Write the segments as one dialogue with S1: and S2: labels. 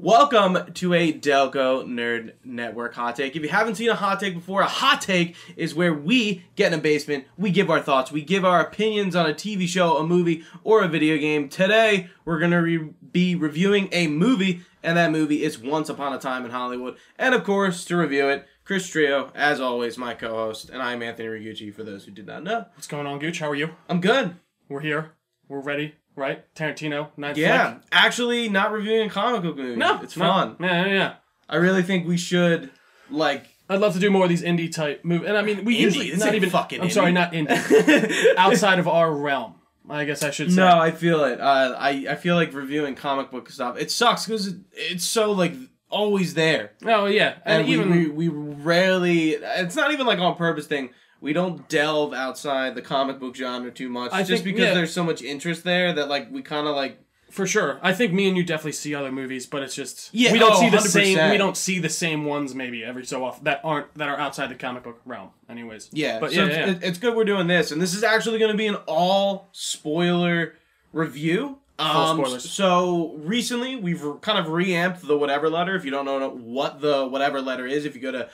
S1: Welcome to a Delco Nerd Network hot take. If you haven't seen a hot take before, a hot take is where we get in a basement, we give our thoughts, we give our opinions on a TV show, a movie, or a video game. Today, we're going to re- be reviewing a movie, and that movie is Once Upon a Time in Hollywood. And of course, to review it, Chris Trio, as always, my co host, and I'm Anthony Rigucci for those who did not know.
S2: What's going on, Gooch? How are you?
S1: I'm good.
S2: We're here. We're ready, right? Tarantino, ninth
S1: Yeah,
S2: flick.
S1: actually, not reviewing a comic book movie.
S2: No,
S1: it's
S2: no.
S1: fun.
S2: Yeah, yeah, yeah.
S1: I really think we should, like,
S2: I'd love to do more of these indie type movies. And I mean, we
S1: Indie?
S2: usually
S1: This
S2: not
S1: ain't
S2: even
S1: fucking
S2: I'm
S1: indie.
S2: sorry, not indie. Outside of our realm, I guess I should say.
S1: No, I feel it. Uh, I I feel like reviewing comic book stuff. It sucks because it's so like always there,
S2: Oh yeah,
S1: and,
S2: and, even
S1: we, we we rarely. It's not even like on purpose thing. We don't delve outside the comic book genre too much,
S2: I
S1: just
S2: think-
S1: because
S2: yeah.
S1: there's so much interest there that like we kind of like.
S2: for sure, I think me and you definitely see other movies, but it's just
S1: Yeah,
S2: we don't
S1: oh,
S2: see the same.
S1: 100%.
S2: We don't see the same ones maybe every so often that aren't that are outside the comic book realm. Anyways,
S1: Yeah,
S2: but
S1: so
S2: yeah,
S1: it's,
S2: yeah, yeah.
S1: it- it's good we're doing this, and this is actually going to be an all spoiler review. Um,
S2: spoilers.
S1: So recently, we've re- kind of reamped the whatever letter. If you don't know what the whatever letter is, if you go to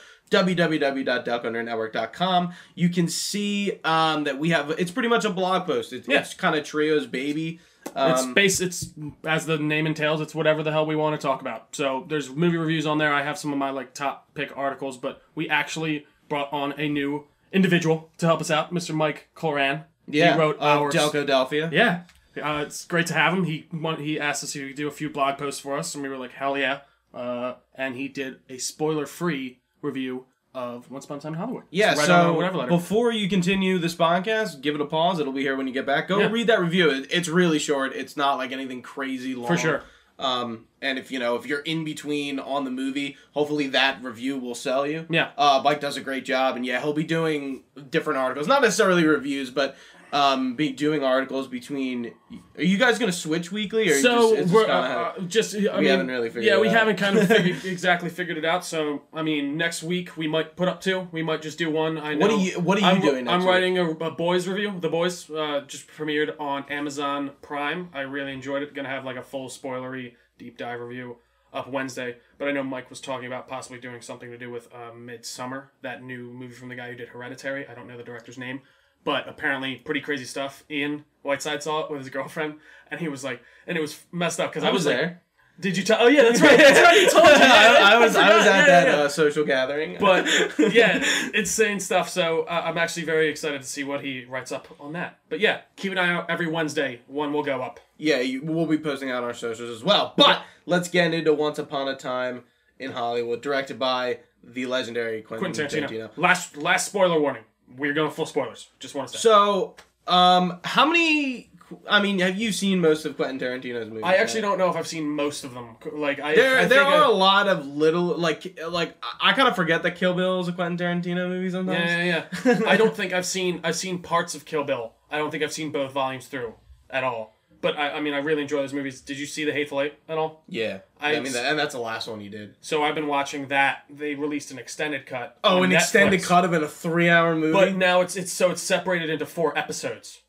S1: www.duckundernetwork.com, you can see um, that we have. It's pretty much a blog post. It's,
S2: Yeah.
S1: it's kind of Trio's baby.
S2: it's
S1: Um,
S2: base. It's as the name entails. It's whatever the hell we want to talk about. So there's movie reviews on there. I have some of my like top pick articles, but we actually brought on a new individual to help us out, Mr. Mike Coran.
S1: yeah,
S2: he wrote
S1: uh,
S2: our
S1: Delco Delphia.
S2: Yeah, uh, it's great to have him. He want, he asked us to do a few blog posts for us, and we were like, hell yeah! Uh, and he did a spoiler free review of Once Upon a Time in Hollywood.
S1: Yeah,
S2: It's right on
S1: so
S2: our whatever letter.
S1: before you continue this podcast, give it a pause. It'll be here when you get back. Go
S2: Yeah.
S1: read that review. It- It's really short. It's not like anything crazy long.
S2: for sure.
S1: Um, and if you know if you're in between on the movie, hopefully that review will sell you.
S2: Yeah.
S1: Uh, Mike does a great job, and yeah, he'll be doing different articles, not necessarily reviews, but um, be doing articles between. Are you guys gonna switch weekly, or you
S2: so
S1: just, it's
S2: we're
S1: kinda
S2: uh,
S1: how-
S2: uh, just I mean,
S1: haven't really figured
S2: yeah
S1: it
S2: we
S1: out.
S2: haven't kind of figured, exactly figured it out so i mean next week we might put up two we might just do one i know
S1: What are you- what are you
S2: I'm,
S1: doing next
S2: i'm
S1: week?
S2: writing a, a uh, boys review the boys uh, just premiered on amazon prime i really enjoyed it gonna have like a full spoilery deep dive review up wednesday but i know mike was talking about possibly doing something to do with uh, midsummer that new movie from the guy who did hereditary i don't know the director's name but apparently pretty crazy stuff. Ian Whiteside saw it with his girlfriend, and he was like, and it was messed up because I,
S1: I was
S2: like,
S1: there.
S2: Did you tell? Oh yeah, that's right. That's right. You told me. Yeah,
S1: I, I was I, was
S2: forgot.
S1: at
S2: Yeah,
S1: that
S2: yeah,
S1: Uh, social gathering,
S2: yeah. But yeah, insane stuff. So uh, I'm actually very excited to see what he writes up on that. But yeah, keep an eye out every Wednesday. One will go up.
S1: yeah, you, we'll be posting out on our socials as well. But let's get into Once Upon a Time in Hollywood, directed by the legendary Quentin,
S2: Quentin Tarantino.
S1: Tarantino.
S2: Last last spoiler warning. We're going full spoilers. Just want to say.
S1: So, um, how many? I mean, have you seen most of Quentin Tarantino's movies?
S2: I actually don't know if I've seen most of them. Like I
S1: There,
S2: I
S1: there
S2: think
S1: are
S2: I-
S1: a lot of little like like I kind of forget that Kill Bill is a Quentin Tarantino movie sometimes.
S2: Yeah, yeah, yeah. I don't think I've seen I've seen parts of Kill Bill. I don't think I've seen both volumes through at all. But I, I mean, I really enjoy those movies. Did you see The Hateful Eight at all?
S1: Yeah. I,
S2: I-
S1: mean, that, and that's the last one you did.
S2: So I've been watching that. They released an extended cut.
S1: Oh,
S2: on
S1: an extended
S2: Netflix.
S1: cut of it, a three-hour movie.
S2: But now it's it's so it's separated into four episodes.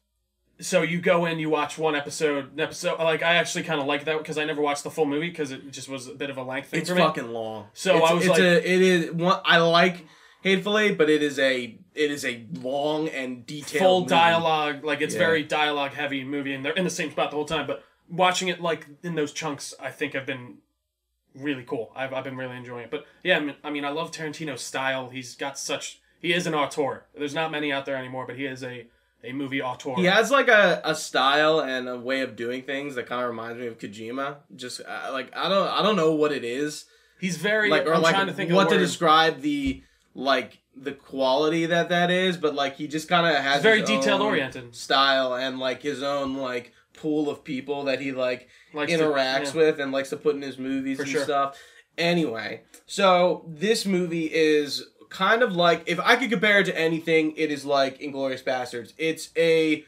S2: So you go in, you watch one episode, an episode. Like I actually kind of like that because I never watched the full movie because it just was a bit of a length thing
S1: it's
S2: for me.
S1: fucking long.
S2: So
S1: it's,
S2: I was
S1: it's
S2: like-
S1: a, it is one. I like Hateful Eight, but it is a it is a long and detailed
S2: full
S1: movie.
S2: dialogue. Like it's
S1: Yeah.
S2: very dialogue heavy movie, and they're in the same spot the whole time. But watching it like in those chunks, I think have been really cool. I've, I've been really enjoying it. But yeah, I mean, I mean, I love Tarantino's style. He's got such. He is an auteur. There's not many out there anymore, but he is a a movie auteur.
S1: He has like a, a style and a way of doing things that kind of reminds me of Kojima. Just uh, like I don't I don't know what it is.
S2: he's very.
S1: like or
S2: I'm
S1: like
S2: trying to think
S1: what
S2: of
S1: to
S2: the word.
S1: describe the like the quality that that is, but like he just kind of has
S2: He's very
S1: his
S2: detail
S1: own
S2: oriented.
S1: style and like his own like pool of people that he like
S2: Like
S1: interacts with uh, and likes to put in his movies
S2: For
S1: and
S2: sure.
S1: stuff. Anyway, so this movie is kind of like if I could compare it to anything, it is
S2: Mm-hmm.
S1: like Inglorious Bastards. It's a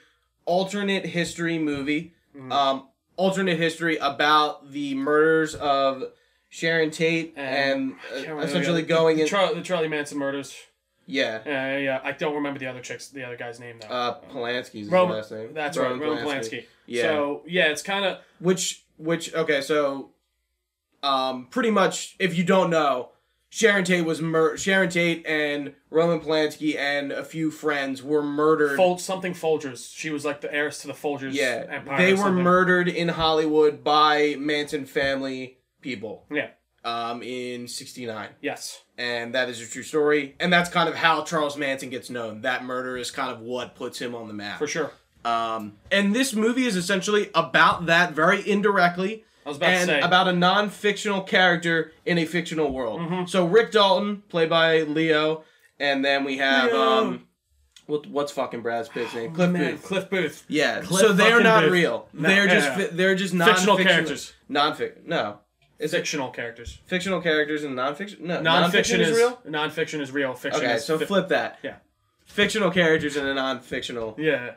S1: alternate history movie. Um, alternate history about the murders of Sharon Tate and,
S2: I can't
S1: uh,
S2: remember the
S1: essentially
S2: other-
S1: going
S2: the,
S1: in.
S2: Char- the Charlie Manson murders.
S1: yeah.
S2: Uh, yeah, I don't remember the other chicks, the other guy's name though.
S1: Uh, Polanski's is
S2: Roman-
S1: the last name.
S2: That's
S1: Roman
S2: right, Roman Polanski.
S1: Yeah.
S2: So yeah, it's kind of
S1: Which, which, okay, so, um, pretty much, if you don't know, Sharon Tate was mur- Sharon Tate and Roman Polanski and a few friends were murdered.
S2: Fol- something Folgers. She was like the heiress to the Folgers
S1: yeah,
S2: empire.
S1: they
S2: or
S1: were
S2: something.
S1: murdered in Hollywood by Manson family people.
S2: Yeah.
S1: Um, in '69,
S2: Yes.
S1: and that is a true story, and that's kind of how Charles Manson gets known. That murder is kind of what puts him on the map.
S2: For sure.
S1: Um, and this movie is essentially about that very indirectly
S2: I was about to
S1: and
S2: say.
S1: about a non fictional character in a fictional world.
S2: Mm-hmm.
S1: So Rick Dalton, played by Leo, and then we have
S2: Leo. Oh,
S1: um, what, what's fucking Brad Pitt's name? Cliff
S2: Man,
S1: Booth.
S2: Cliff Booth.
S1: Yeah,
S2: Cliff
S1: so they're
S2: fucking
S1: not
S2: Booth.
S1: real.
S2: No,
S1: they're
S2: yeah,
S1: just
S2: yeah.
S1: fi- they're just non
S2: Fictional characters.
S1: Non fiction. No, is it
S2: Fictional characters.
S1: fictional characters and non fiction? No,
S2: Non-fiction
S1: non-fiction
S2: is,
S1: real.
S2: Non-fiction is real. Fiction
S1: Okay,
S2: is
S1: so
S2: fi-
S1: flip that.
S2: Yeah.
S1: fictional characters in a non fictional.
S2: yeah.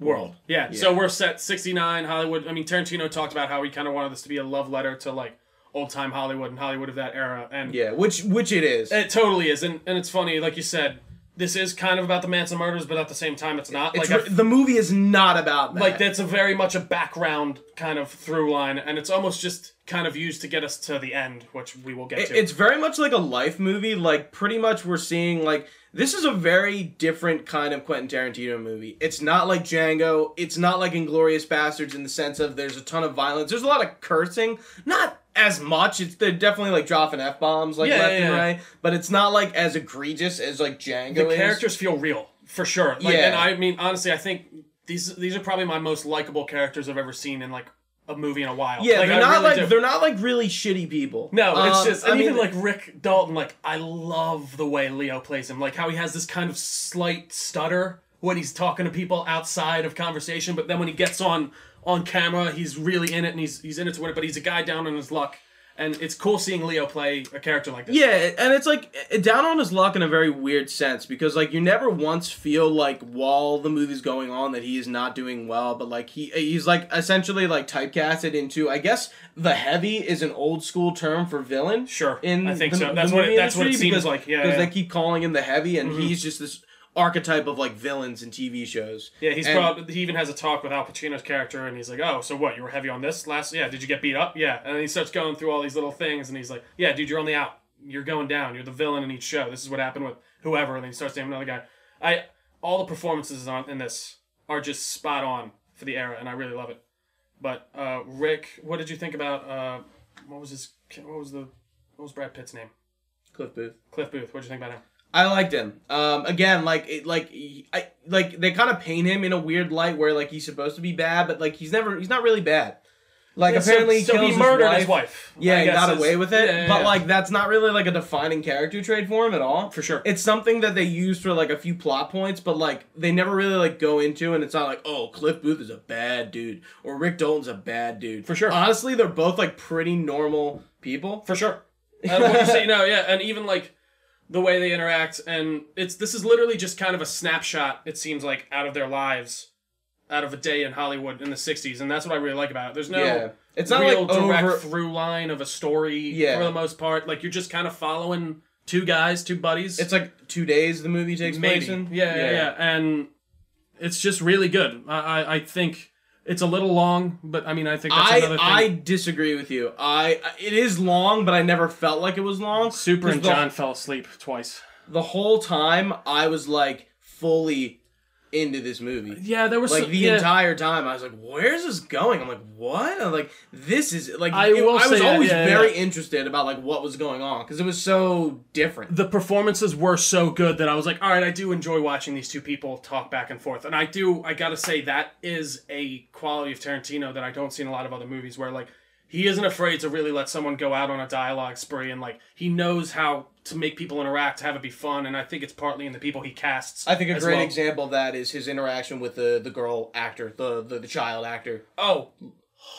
S2: World. Yeah.
S1: Yeah.
S2: So we're set 69 Hollywood. I mean, Tarantino talked about how he kind of wanted this to be a love letter to like old time Hollywood and Hollywood of that era. And
S1: Yeah, which which it is.
S2: it totally is. And, and it's funny, like you said, this is kind of about the Manson murders, but at the same time, it's not.
S1: It's
S2: like I
S1: re- the movie is not about that.
S2: like that's a very much a background kind of through line and it's almost just kind of used to get us to the end which we will get
S1: It-
S2: to
S1: It's very much like a life movie. Like pretty much we're seeing like this is a very different kind of Quentin Tarantino movie. It's not like Django. It's not like Inglorious Bastards in the sense of there's a ton of violence. There's a lot of cursing. Not as much. It's they're definitely like dropping f bombs like
S2: Yeah,
S1: left
S2: yeah,
S1: and
S2: yeah.
S1: right. But it's not like as egregious as like Django.
S2: the
S1: is.
S2: characters feel real for sure like,
S1: Yeah.
S2: and i mean honestly i think these these are probably my most likable characters i've ever seen in like a movie in a while
S1: Yeah,
S2: like,
S1: they're
S2: I
S1: not
S2: really
S1: like
S2: do.
S1: they're not like really shitty people.
S2: no, it's
S1: Um,
S2: just
S1: I
S2: and even
S1: mean,
S2: like Rick Dalton, like I love the way Leo plays him, like how he has this kind of slight stutter when he's talking to people outside of conversation, but then when he gets on on camera, he's really in it and he's he's in it to win it. But he's a guy down on his luck, and it's cool seeing Leo play a character like this.
S1: Yeah, and it's like eh, down on his luck in a very weird sense because like you never once feel like while the movie's going on that he is not doing well, but like he eh, he's like essentially like typecasted into I guess the heavy is an old school term for villain.
S2: Sure.
S1: in
S2: I think
S1: the-
S2: so.
S1: the
S2: That's what it-
S1: movie
S2: that's what it
S1: industry
S2: seems
S1: because-
S2: like. Yeah,
S1: because
S2: yeah. Mm-hmm.
S1: they keep calling him the heavy, and he's just this archetype of like villains in TV shows.
S2: Yeah, he's
S1: And-
S2: probably he even has a talk with Al Pacino's character, and he's like, "Oh, so what? You were heavy on this last? Yeah, did you get beat up? Yeah." And then he starts going through all these little things, and he's like, "Yeah, dude, you're on the out. You're going down. You're the villain in each show. This is what happened with whoever." And then he starts naming another guy. I all the performances on in this are just spot on for the era, and I really love it. But uh, Rick, what did you think about uh, what was his what was the what was Brad Pitt's name?
S1: Cliff Booth.
S2: Cliff Booth. What did you think about him?
S1: I liked him. Um, again, like it, like he- I like they kind of paint him in a weird light where like he's supposed to be bad, but like he's never he's not really bad. Like
S2: Yeah, so-
S1: apparently
S2: so
S1: he kills
S2: he murdered
S1: his wife. Yeah,
S2: I
S1: he
S2: guess
S1: got
S2: is-
S1: away with it.
S2: Yeah, yeah,
S1: but
S2: yeah.
S1: like that's not really like a defining character trait for him at all.
S2: For sure.
S1: It's something that they use for like a few plot points, but like they never really like go into and it's not like, oh, Cliff Booth is a bad dude or Rick Dalton's a bad dude.
S2: For sure.
S1: Honestly, they're both like pretty normal people.
S2: For sure. Uh, what you say, no, yeah, and even like the way they interact, and it's this is literally just kind of a snapshot. It seems like out of their lives, out of a day in Hollywood in the '60s, and that's what I really like about it. There's no
S1: yeah. It's not
S2: real
S1: like
S2: direct
S1: over
S2: through line of a story
S1: Yeah.
S2: for the most part. Like you're just kind of following two guys, two buddies.
S1: it's like two days the movie takes
S2: maybe
S1: place in.
S2: Yeah, yeah, yeah, and it's just really good. I, I, I think it's a little long, but I mean, I think that's
S1: I
S2: another thing.
S1: I disagree with you. I it is long, but I never felt like it was long.
S2: Super
S1: 'Cause
S2: and
S1: the-
S2: John fell asleep twice.
S1: the whole time I was like fully into this movie.
S2: Yeah, there was
S1: Like
S2: some-
S1: the
S2: yeah.
S1: entire time, I was like, "Where's this going?" I'm like, "What?" I'm like, "This is like."
S2: I
S1: it-
S2: will
S1: I was
S2: say that,
S1: always
S2: yeah,
S1: very
S2: yeah.
S1: interested about like what was going on because it was so different.
S2: the performances were so good that I was like, all right, I do enjoy watching these two people talk back and forth. And I do, I gotta say, that is a quality of Tarantino that I don't see in a lot of other movies where, like, he isn't afraid to really let someone go out on a dialogue spree and, like, he knows how to make people interact, have it be fun. And I think it's partly in the people he casts.
S1: I think a
S2: as
S1: great
S2: well.
S1: example of that is his interaction with the the girl actor, the the, the child actor.
S2: Oh,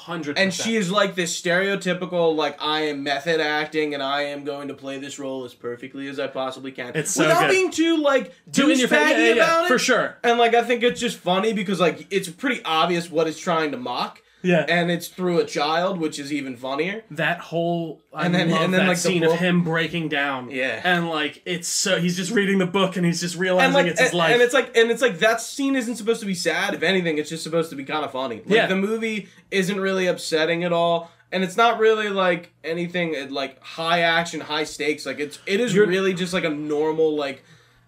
S2: 100%.
S1: And she is like this stereotypical, like I am method acting, and I am going to play this role as perfectly as I possibly can,
S2: It's so
S1: without
S2: good.
S1: being too like
S2: Doing your
S1: douchebaggy
S2: fa- yeah, yeah, yeah,
S1: about it.
S2: For sure.
S1: And like I think it's just funny because like it's pretty obvious what it's trying to mock.
S2: Yeah.
S1: and it's through a child, which is even funnier.
S2: that whole I
S1: And then-
S2: love
S1: and then,
S2: that
S1: like, the
S2: scene
S1: book-
S2: of him breaking down.
S1: Yeah.
S2: And like it's so he's just reading the book and he's just realizing
S1: And like,
S2: it's his
S1: and,
S2: life.
S1: and it's like, and it's like that scene isn't supposed to be sad. If anything, it's just supposed to be kind of funny. Like,
S2: Yeah.
S1: the movie isn't really upsetting at all, and it's not really like anything uh, like high action, high stakes. Like it's, it is
S2: You're-
S1: really just like a normal, like,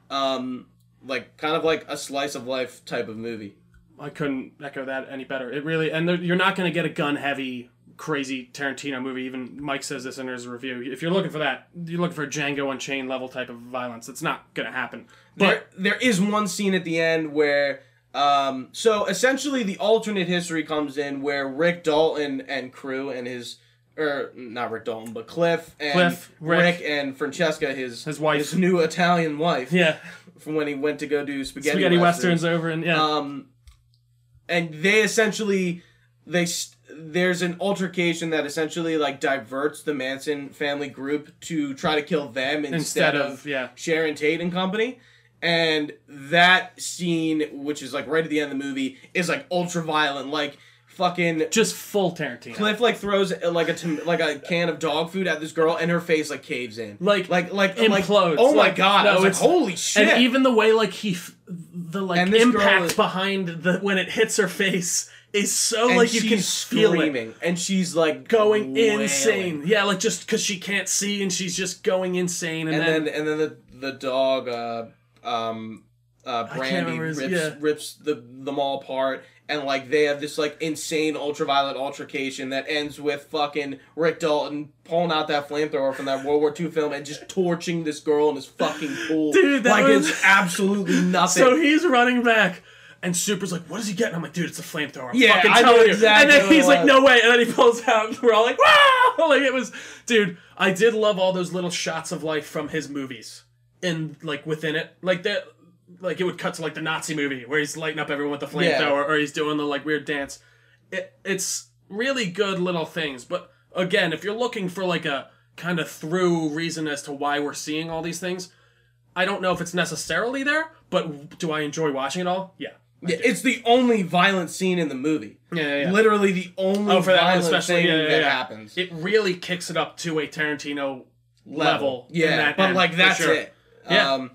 S1: um, like kind of like a slice of life type of movie.
S2: I couldn't echo that any better. It really, and there, you're not going to get a gun heavy, crazy Tarantino movie. Even Mike says this in his review. If you're looking for that, you're looking for Django Unchained level type of violence. It's not going to happen. But
S1: there, there is one scene at the end where um, so essentially the alternate history comes in where Rick Dalton and crew and his or not Rick Dalton but Cliff and
S2: Cliff, Rick.
S1: and Francesca his
S2: His wife.
S1: his new Italian wife
S2: yeah,
S1: from when he went to go do spaghetti,
S2: spaghetti
S1: westerns.
S2: westerns over and yeah,
S1: Um, and they essentially they st- there's an altercation that essentially like diverts the Manson family group to try to kill them instead,
S2: instead
S1: of,
S2: of yeah,
S1: Sharon Tate and company. And that scene, which is like right at the end of the movie, is like ultra violent. Like fucking
S2: just full Tarantino.
S1: Cliff like throws uh, like a tom- like a can of dog food at this girl, and her face like caves in.
S2: Like-
S1: like like like,
S2: implodes.
S1: oh my
S2: Like,
S1: god! I
S2: no,
S1: was like,
S2: it's-
S1: holy shit!
S2: and even the way like he, f- the like
S1: And this girl
S2: impact
S1: is-
S2: behind the when it hits her face is so
S1: And
S2: like you can
S1: she's
S2: feel it.
S1: screaming, and she's like
S2: going
S1: wailing.
S2: insane. Yeah, like just because she can't see and she's just going insane. And,
S1: And
S2: then,
S1: then and then the the dog, uh, um, uh,
S2: can't
S1: Brandy
S2: remember
S1: rips
S2: his- yeah.
S1: rips the them all apart, and like they have this like insane ultraviolet altercation that ends with fucking Rick Dalton pulling out that flamethrower from that World War II film and just torching this girl in this fucking pool.
S2: Dude, that
S1: like
S2: was-
S1: it's absolutely nothing.
S2: so he's running back. And Super's like, what is he getting? I'm like, dude, it's a flamethrower. I'm
S1: Yeah,
S2: fucking
S1: I know
S2: telling you.
S1: exactly
S2: and then
S1: what it
S2: he's like,
S1: was.
S2: no way. And then he pulls out. And we're all like, wow. Like it was, dude. I did love all those little shots of life from his movies, and like within it, like that, like it would cut to like the Nazi movie where he's lighting up everyone with the flamethrower,
S1: Yeah.
S2: or he's doing the like weird dance. it, it's really good little things but again if you're looking for like a kind of through reason as to why we're seeing all these things i don't know if it's necessarily there but do i enjoy watching it all yeah
S1: Yeah, it's the only violent scene in the movie.
S2: yeah yeah,
S1: Literally the only
S2: Oh, for that one
S1: violent
S2: especially,
S1: thing
S2: yeah, yeah,
S1: that
S2: yeah.
S1: happens.
S2: it really kicks it up to a tarantino level in
S1: Yeah,
S2: that
S1: but
S2: end,
S1: like
S2: for
S1: that's
S2: sure.
S1: it.
S2: Yeah.
S1: Um,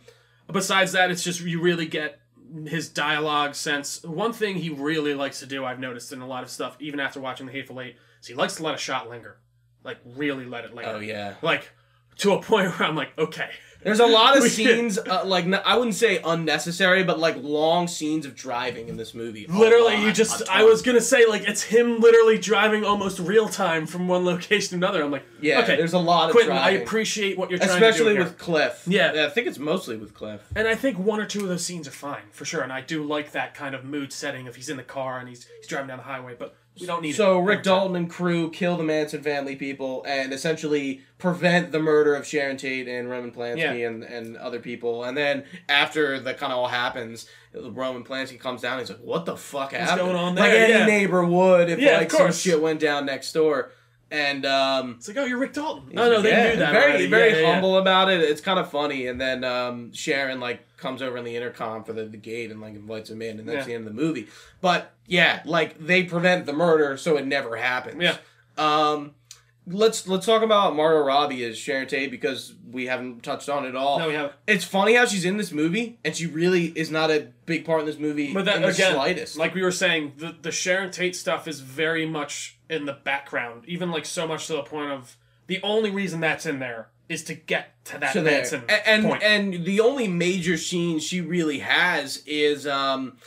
S2: besides that it's just you really get his dialogue sense one thing he really likes to do i've noticed in a lot of stuff even after watching the hateful eight is he likes to let a shot linger like really let it linger
S1: oh yeah.
S2: like to a point where i'm like okay
S1: There's a lot of
S2: We-
S1: scenes, uh, like n- I wouldn't say unnecessary, but like long scenes of driving in this movie. A
S2: Literally,
S1: lot,
S2: you
S1: a
S2: just.
S1: ton.
S2: I was gonna say like it's him literally driving almost real time from one location to another. I'm like,
S1: yeah.
S2: okay,
S1: There's a lot of
S2: Quentin,
S1: driving,
S2: I appreciate what you're trying to
S1: especially
S2: do here.
S1: with Cliff.
S2: Yeah.
S1: I think it's mostly with Cliff.
S2: and I think one or two of those scenes are fine for sure, and I do like that kind of mood setting if he's in the car and he's he's driving down the highway, but we don't need
S1: So
S2: it.
S1: Rick Dalton and crew kill the Manson family people and essentially prevent the murder of Sharon Tate and Roman Polanski
S2: Yeah.
S1: and, and other people. And then after that kind of all happens, Roman Polanski comes down. he's like, "What the fuck happened?
S2: going on
S1: Like
S2: there?
S1: any
S2: Yeah.
S1: neighbor would if
S2: Yeah, of
S1: like some
S2: course.
S1: shit went down next door." And um,
S2: It's like, oh, you're Rick Dalton. No, no, they
S1: Yeah,
S2: knew that.
S1: Very,
S2: already.
S1: very
S2: Yeah, yeah, yeah.
S1: humble about it. It's kind of funny. And then um, Sharon like comes over in the intercom for the, the gate and like invites him in, and that's
S2: Yeah.
S1: the end of the movie. But yeah, like they prevent the murder, so it never happens.
S2: Yeah.
S1: Um, let's let's talk about Margot Robbie as Sharon Tate because we haven't touched on it at all.
S2: No, we have.
S1: It's funny how she's in this movie, and she really is not a big part in this movie
S2: But that
S1: in the
S2: again,
S1: slightest.
S2: like we were saying, the the Sharon Tate stuff is very much in the background, even like so much to the point of the only reason that's in there is to get to that
S1: to there.
S2: Manson
S1: A- and
S2: point.
S1: and the only major scene she really has is um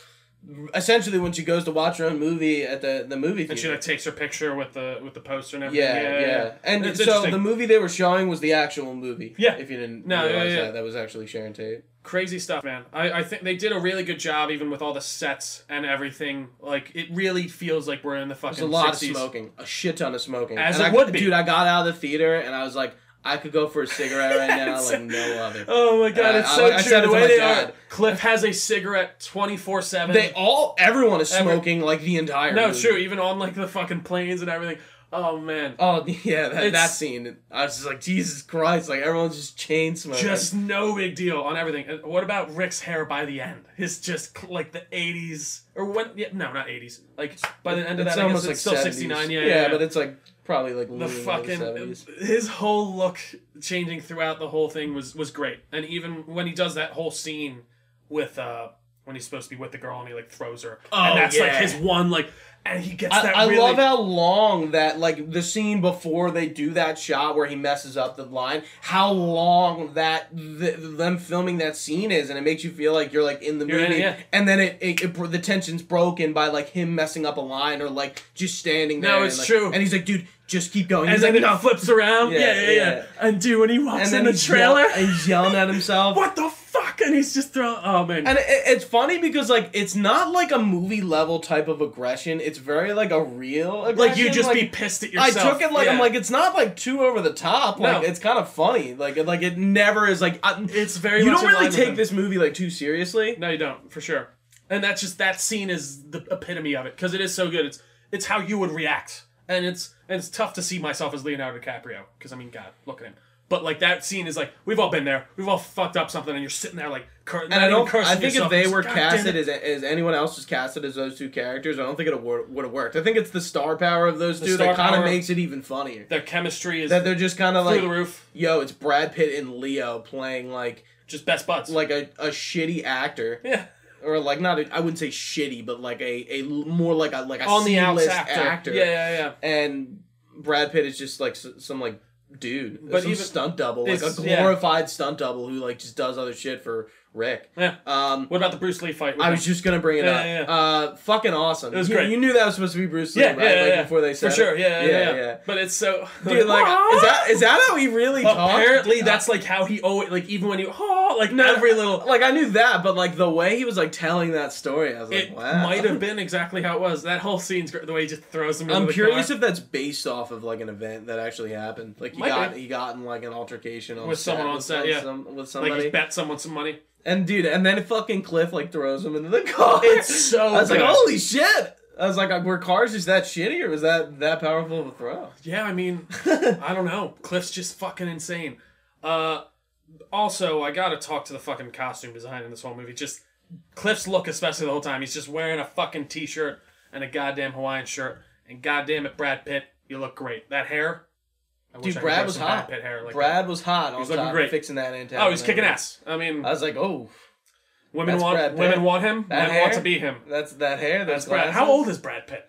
S1: essentially when she goes to watch her own movie at the the movie theater.
S2: and she like takes her picture with the with the poster and everything.
S1: yeah, yeah, And
S2: It's
S1: so
S2: interesting.
S1: the movie they were showing was the actual movie.
S2: Yeah.
S1: If you didn't
S2: No, yeah,
S1: realize
S2: yeah.
S1: that, that was actually Sharon Tate.
S2: crazy stuff, man. I I think they did a really good job, even with all the sets and everything. Like it really feels like we're in the fucking
S1: There's a lot
S2: 60s.
S1: of smoking, a shit ton of smoking.
S2: As
S1: and
S2: it
S1: I,
S2: would be.
S1: dude. I got out of the theater and I was like, I could go for a cigarette right now like no other.
S2: Oh my god,
S1: Uh,
S2: it's
S1: I-
S2: so
S1: I
S2: true.
S1: said it
S2: the
S1: to
S2: way
S1: my
S2: they
S1: dad.
S2: are. Cliff has a cigarette twenty four seven.
S1: They all, everyone is
S2: Every-
S1: smoking like the entire.
S2: No,
S1: movie.
S2: it's true. Even on like the fucking planes and everything. Oh man,
S1: Oh yeah, that, that
S2: It's-
S1: scene. I was just like, Jesus Christ! Like everyone's just chain smoking.
S2: just no big deal on everything. And What about Rick's hair by the end? His just cl- like the eighties or when? Yeah, no, not eighties. Like by the end of
S1: It's
S2: that, I guess
S1: almost
S2: it's
S1: like 70s.
S2: still sixty nine. Yeah,
S1: yeah, but it's like probably like
S2: the fucking
S1: seventies.
S2: his whole look changing throughout the whole thing was was great and even when he does that whole scene with uh when he's supposed to be with the girl and he like throws her
S1: Oh,
S2: and that's like
S1: yeah.
S2: his one like and he gets
S1: I,
S2: that
S1: I
S2: really
S1: love how long that like the scene before they do that shot where he messes up the line. How long that th- them filming that scene is, and it makes you feel like you're like in the
S2: You're in
S1: movie.
S2: it, yeah. And
S1: And then it, it, it bro- the tension's broken by like him messing up a line or like just standing there.
S2: No,
S1: and,
S2: it's
S1: like-
S2: true.
S1: And he's like, dude, just keep going. he's
S2: then
S1: like,
S2: it flips around
S1: Yeah,
S2: yeah yeah yeah,
S1: yeah.
S2: and dude when he
S1: And
S2: walks in
S1: then
S2: the
S1: he's
S2: trailer
S1: yell- he's yelling at himself.
S2: what the fuck and he's just throwing oh man
S1: And it, it's funny because like it's not like a movie level type of aggression. It's very like a real aggression.
S2: like you just
S1: like-
S2: be pissed at
S1: I
S2: yourself
S1: took it like I'm
S2: Yeah.
S1: like it's not like too over the top. Like
S2: No.
S1: it's kind of funny. Like it- like it never is like I,
S2: it's very
S1: you
S2: much
S1: don't
S2: in line
S1: really
S2: with
S1: take
S2: him.
S1: this movie like too seriously.
S2: No, you don't, for sure. And that's just that scene is the epitome of it because it is so good. It's it's how you would react, and it's and it's tough to see myself as Leonardo DiCaprio because I mean, God, look at him. But like that scene is like we've all been there. We've all fucked up something, and you're sitting there like cur-
S1: And I don't. I think if they were casted as, as anyone else was casted as those two characters, I don't think it would have worked. I think it's the star power of those two that
S2: star
S1: kind of
S2: power.
S1: makes it even funnier.
S2: their chemistry is
S1: That they're just kind of
S2: through the
S1: like,
S2: roof,
S1: yo, it's Brad Pitt and Leo playing like
S2: just best buds.
S1: like a, a shitty actor
S2: yeah,
S1: or like not a, I wouldn't say shitty, but like a, a l- more like a like a
S2: on the outs
S1: C-list
S2: actor.
S1: actor.
S2: Yeah, yeah, yeah.
S1: and Brad Pitt is just like s- some like dude,
S2: But
S1: some
S2: even-
S1: stunt double, like a
S2: it's- yeah.
S1: glorified stunt double who like just does other shit for Rick.
S2: Yeah.
S1: Um,
S2: What about the Bruce Lee fight? with
S1: I
S2: him?
S1: was just gonna bring it
S2: Yeah,
S1: up.
S2: yeah, yeah.
S1: Uh, fucking awesome. It
S2: was
S1: you,
S2: great.
S1: You knew that was supposed to be Bruce Lee,
S2: yeah,
S1: right?
S2: yeah, yeah,
S1: like
S2: yeah.
S1: before they said
S2: for sure.
S1: it?
S2: Yeah, yeah, yeah, But it's so
S1: Dude, like, is that is that how he really talks?
S2: Apparently, that's like how he always like even when you oh like every little
S1: like I knew that, but like the way he was like telling that story, I was like,
S2: it
S1: wow.
S2: might have been exactly how it was. That whole scene's great. The way he just throws him. Into
S1: I'm
S2: the
S1: curious
S2: car
S1: if that's based off of like an event that actually happened. Like he
S2: Might
S1: got
S2: be.
S1: he got in like an altercation on
S2: With
S1: set
S2: someone on
S1: with-
S2: set,
S1: with
S2: yeah.
S1: some- with
S2: like
S1: somebody.
S2: he's bet someone some money.
S1: And dude, and then fucking Cliff like throws him into the car.
S2: It's so
S1: I was like,
S2: good.
S1: holy shit! I was like, were cars just that shitty, or was that that powerful of a throw?
S2: Yeah, I mean, I don't know. Cliff's just fucking insane. Uh, also, I gotta talk to the fucking costume design in this whole movie. Just Cliff's look, especially the whole time. He's just wearing a fucking t-shirt and a goddamn Hawaiian shirt. And goddamn it, Brad Pitt, you look great. That hair. I wish
S1: Dude,
S2: I could
S1: Brad
S2: wear
S1: was
S2: some
S1: hot.
S2: Brad Pitt hair like
S1: Brad was hot on
S2: was looking
S1: top,
S2: great.
S1: fixing that antenna.
S2: That. Oh, he's kicking ass. I mean,
S1: I was like, oh,
S2: women
S1: that's Brad
S2: want
S1: Pitt.
S2: women want him.
S1: That
S2: Men want
S1: hair?
S2: to be him.
S1: that's that hair. That's
S2: That's Brad. How old is Brad Pitt?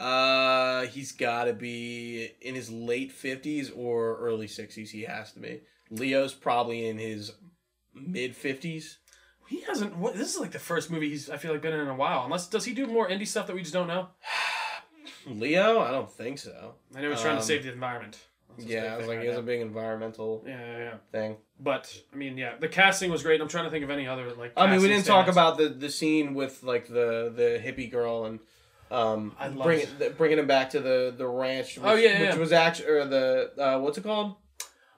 S1: Uh, he's got to be in his late fifties or early sixties. He has to be. Leo's probably in his mid fifties.
S2: He hasn't. What, this is like the first movie he's. I feel like been in in a while. Unless does he do more indie stuff that we just don't know?
S1: Leo, I don't think so.
S2: I know he's trying
S1: Um,
S2: to save the environment. That's his big
S1: Yeah, I was
S2: thing
S1: like,
S2: right
S1: he has
S2: now.
S1: a big environmental
S2: yeah, yeah, yeah.
S1: thing.
S2: But I mean, yeah, the casting was great. I'm trying to think of any other like.
S1: I mean, we
S2: casting
S1: didn't talk
S2: standouts.
S1: about the, the scene with like the, the hippie girl and um
S2: I love
S1: bring,
S2: it.
S1: the, bringing him back to the the ranch. Which,
S2: Oh, yeah,
S1: which
S2: yeah.
S1: was actually or the uh, what's it called?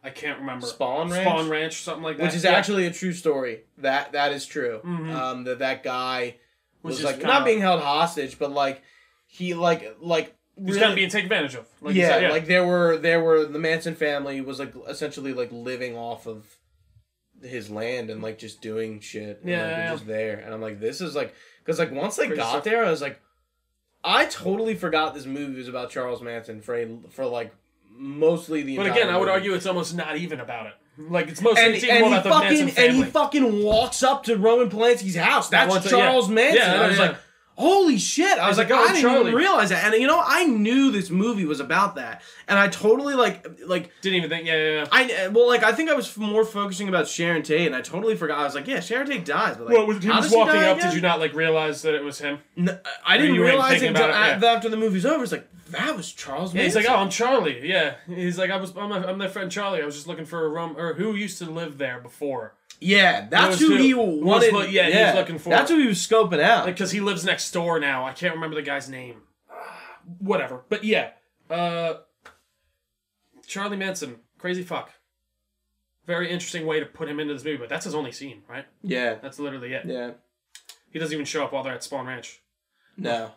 S2: I can't remember
S1: Spawn Ranch?
S2: Spawn Ranch, or something like that.
S1: Which is
S2: Yeah.
S1: actually a true story. That that is true.
S2: Mhm.
S1: Um, that that guy
S2: Was
S1: was,
S2: just
S1: like
S2: kinda-
S1: not being held hostage, but like he like like
S2: he's kind of being taken advantage of. Like you
S1: yeah,
S2: said,
S1: like there were there were the Manson family was like essentially like living off of his land and like just doing shit. and,
S2: Yeah,
S1: like,
S2: yeah,
S1: they're
S2: yeah.
S1: just there, and I'm like, this is like because like once they
S2: Pretty
S1: got
S2: sick.
S1: there, I was like, I totally forgot this movie was about Charles Manson for a, for like mostly the.
S2: but
S1: entire
S2: again, I would
S1: movie.
S2: argue it's almost not even about it. Like it's mostly
S1: And,
S2: it's even
S1: and,
S2: more
S1: he
S2: about the
S1: fucking,
S2: Manson
S1: and
S2: family.
S1: he fucking walks up to Roman Polanski's house. That's
S2: once- yeah.
S1: Charles Manson.
S2: Yeah,
S1: I was
S2: yeah.
S1: like, holy shit i was
S2: It's
S1: like
S2: like, oh,
S1: i didn't
S2: Charlie.
S1: even realize that and you know i knew this movie was about that and i totally like like
S2: Didn't even think. Yeah, yeah. yeah.
S1: i well like i think i was f- more focusing about sharon tate and i totally forgot i was like yeah sharon tate dies but like
S2: Well, with him
S1: how
S2: just
S1: does he
S2: walking
S1: die
S2: up,
S1: again?
S2: did you not like realize that it was him?
S1: No, I- i didn't
S2: you weren't
S1: realize it
S2: thinking
S1: until
S2: about it,
S1: a- after the movie's over it's like that was charles
S2: Yeah, he's
S1: Manson.
S2: like, oh, I'm Charlie. Yeah, he's like, I was, I'm, a, I'm their friend Charlie. I was just looking for a room or who used to live there before,
S1: yeah that's
S2: was
S1: who
S2: who-
S1: he
S2: was
S1: wanted
S2: look- yeah, he was looking for.
S1: that's who he was scoping out
S2: because he lives next door now. I can't remember the guy's name. Whatever. But yeah, uh, Charlie Manson, crazy fuck. Very interesting way to put him into this movie, but that's his only scene, right?
S1: Yeah.
S2: That's literally it.
S1: Yeah.
S2: He doesn't even show up while they're at Spawn Ranch.
S1: No.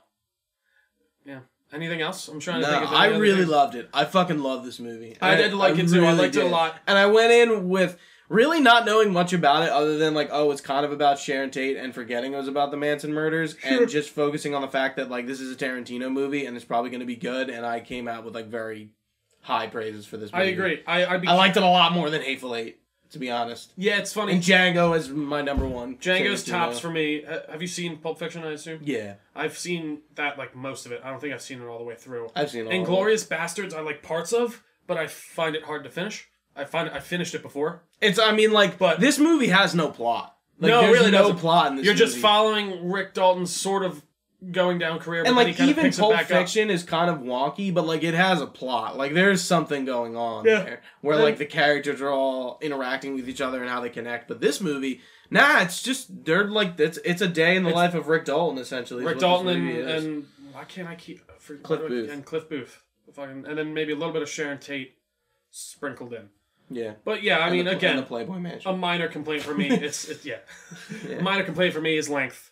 S2: Anything else? I'm trying
S1: No,
S2: to think of
S1: I
S2: any other
S1: really
S2: things.
S1: loved it. I fucking love this movie.
S2: I did like it too. I liked it a lot.
S1: And I went in with really not knowing much about it other than like, oh, it's kind of about Sharon Tate and forgetting it was about the Manson murders
S2: Sure.
S1: and just focusing on the fact that like this is a Tarantino movie and it's probably going to be good. And I came out with like very high praises for this
S2: I
S1: movie.
S2: agree. I I, be-
S1: I liked it a lot more than Hateful Eight, to be honest.
S2: Yeah, it's funny.
S1: And Django is my number one.
S2: Django's
S1: Tarantino.
S2: tops for me. Ha- Have you seen Pulp Fiction? I assume
S1: Yeah,
S2: I've seen that like most of it. I don't think I've seen it all the way through.
S1: I've seen all of it.
S2: Inglorious Bastards, I like parts of, but I find it hard to finish. I find I finished it before.
S1: It's I mean like
S2: But-
S1: but this movie has no plot. Like,
S2: No, it
S1: there's
S2: really
S1: no
S2: doesn't.
S1: plot in this.
S2: You're just
S1: movie.
S2: following Rick Dalton's sort of going down career, but
S1: And
S2: then
S1: like
S2: he kind of
S1: even
S2: picks
S1: Pulp
S2: it back
S1: Fiction is kind of wonky, but like it has a plot. Like there's something going on
S2: Yeah.
S1: there where
S2: And-
S1: like the characters are all interacting with each other and how they connect. But this movie, nah, it's just they're like it's it's a day in the
S2: It's-
S1: life of Rick Dalton essentially.
S2: up.
S1: is
S2: Rick
S1: what this
S2: Dalton
S1: movie
S2: and,
S1: is.
S2: and why can't I keep I forget-
S1: Cliff Booth.
S2: and Cliff Booth, fucking, and then maybe a little bit of Sharon Tate sprinkled in.
S1: yeah,
S2: But yeah, I
S1: And
S2: mean,
S1: the,
S2: again,
S1: and the Playboy Mansion.
S2: a minor complaint for me. It's, it's yeah.
S1: Yeah.
S2: A minor complaint for me is length,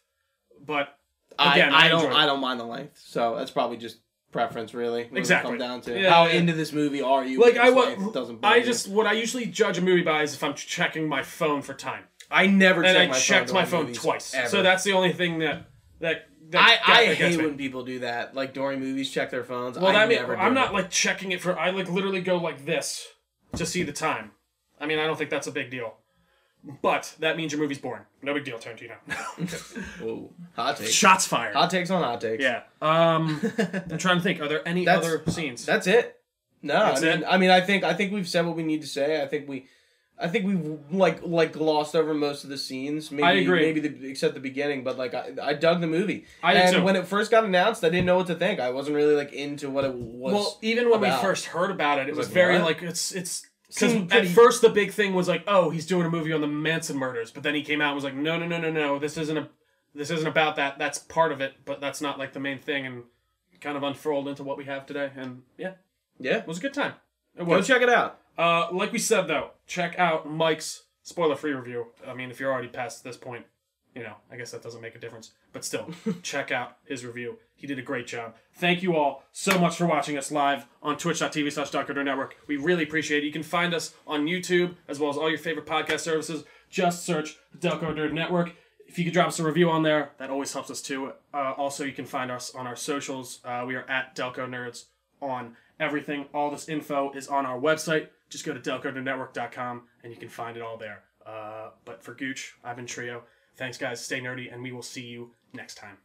S2: but um,
S1: I,
S2: again, I
S1: I don't
S2: enjoyed it.
S1: I don't mind the length, so that's probably just preference really. what it'll
S2: Exactly.
S1: come down to
S2: Yeah,
S1: how
S2: yeah.
S1: into this movie are you?
S2: like
S1: with
S2: I
S1: this
S2: wa-
S1: length? doesn't bother
S2: I
S1: you.
S2: just what I usually judge a movie by is if I'm checking my phone for time,
S1: I never
S2: and
S1: check
S2: I
S1: my
S2: checked
S1: phone
S2: my
S1: during
S2: phone
S1: movies,
S2: twice.
S1: ever.
S2: So that's the only thing that that, that
S1: I,
S2: got-
S1: I
S2: that gets
S1: hate
S2: me.
S1: when people do that. Like during movies, check their phones.
S2: Well,
S1: I
S2: I mean,
S1: never do
S2: I'm not
S1: it.
S2: like checking it for. I like literally go like this to see the time. I mean, I don't think that's a big deal, but that means your movie's boring. No big deal, Tarantino.
S1: Ooh, hot takes.
S2: Shots fired.
S1: Hot takes on hot takes.
S2: Yeah. Um, I'm trying to think. Are there any
S1: That's-
S2: other scenes?
S1: that's it. No,
S2: That's
S1: I mean,
S2: it?
S1: I mean, I think I think we've said what we need to say. I think we, I think we like like glossed over most of the scenes. Maybe,
S2: agree.
S1: Maybe the, except the beginning, but like I, I dug the movie.
S2: I did
S1: and
S2: too.
S1: when it first got announced, I didn't know what to think. I wasn't really like into what it was.
S2: well, even when
S1: about-
S2: we first heard about it, it was
S1: like,
S2: very
S1: what?
S2: like it's it's. Because
S1: Seemed
S2: at
S1: pretty-
S2: first the big thing was like, oh, he's doing a movie on the Manson murders, but then he came out and was like, no, no, no, no, no, this isn't a, this isn't about that. That's part of it, but that's not like the main thing, and kind of unfurled into what we have today. And yeah,
S1: yeah,
S2: It was a good time. It
S1: go
S2: was.
S1: check it out.
S2: Uh, like we said though, check out Mike's spoiler-free review. I mean, if you're already past this point, you know, I guess that doesn't make a difference. But still, check out his review. He did a great job. Thank you all so much for watching us live on twitch.tv slash Dr. Nerd Network. We really appreciate it. You can find us on YouTube as well as all your favorite podcast services. Just search the Delco Nerd Network. If you could drop us a review on there, that always helps us too. Uh, also, you can find us on our socials. Uh, we are at Delco Nerds on everything. All this info is on our website. Just go to delcodernetwork.com and you can find it all there. Uh, but for Gooch, I've been Trio. Thanks, guys. Stay nerdy, and we will see you next time.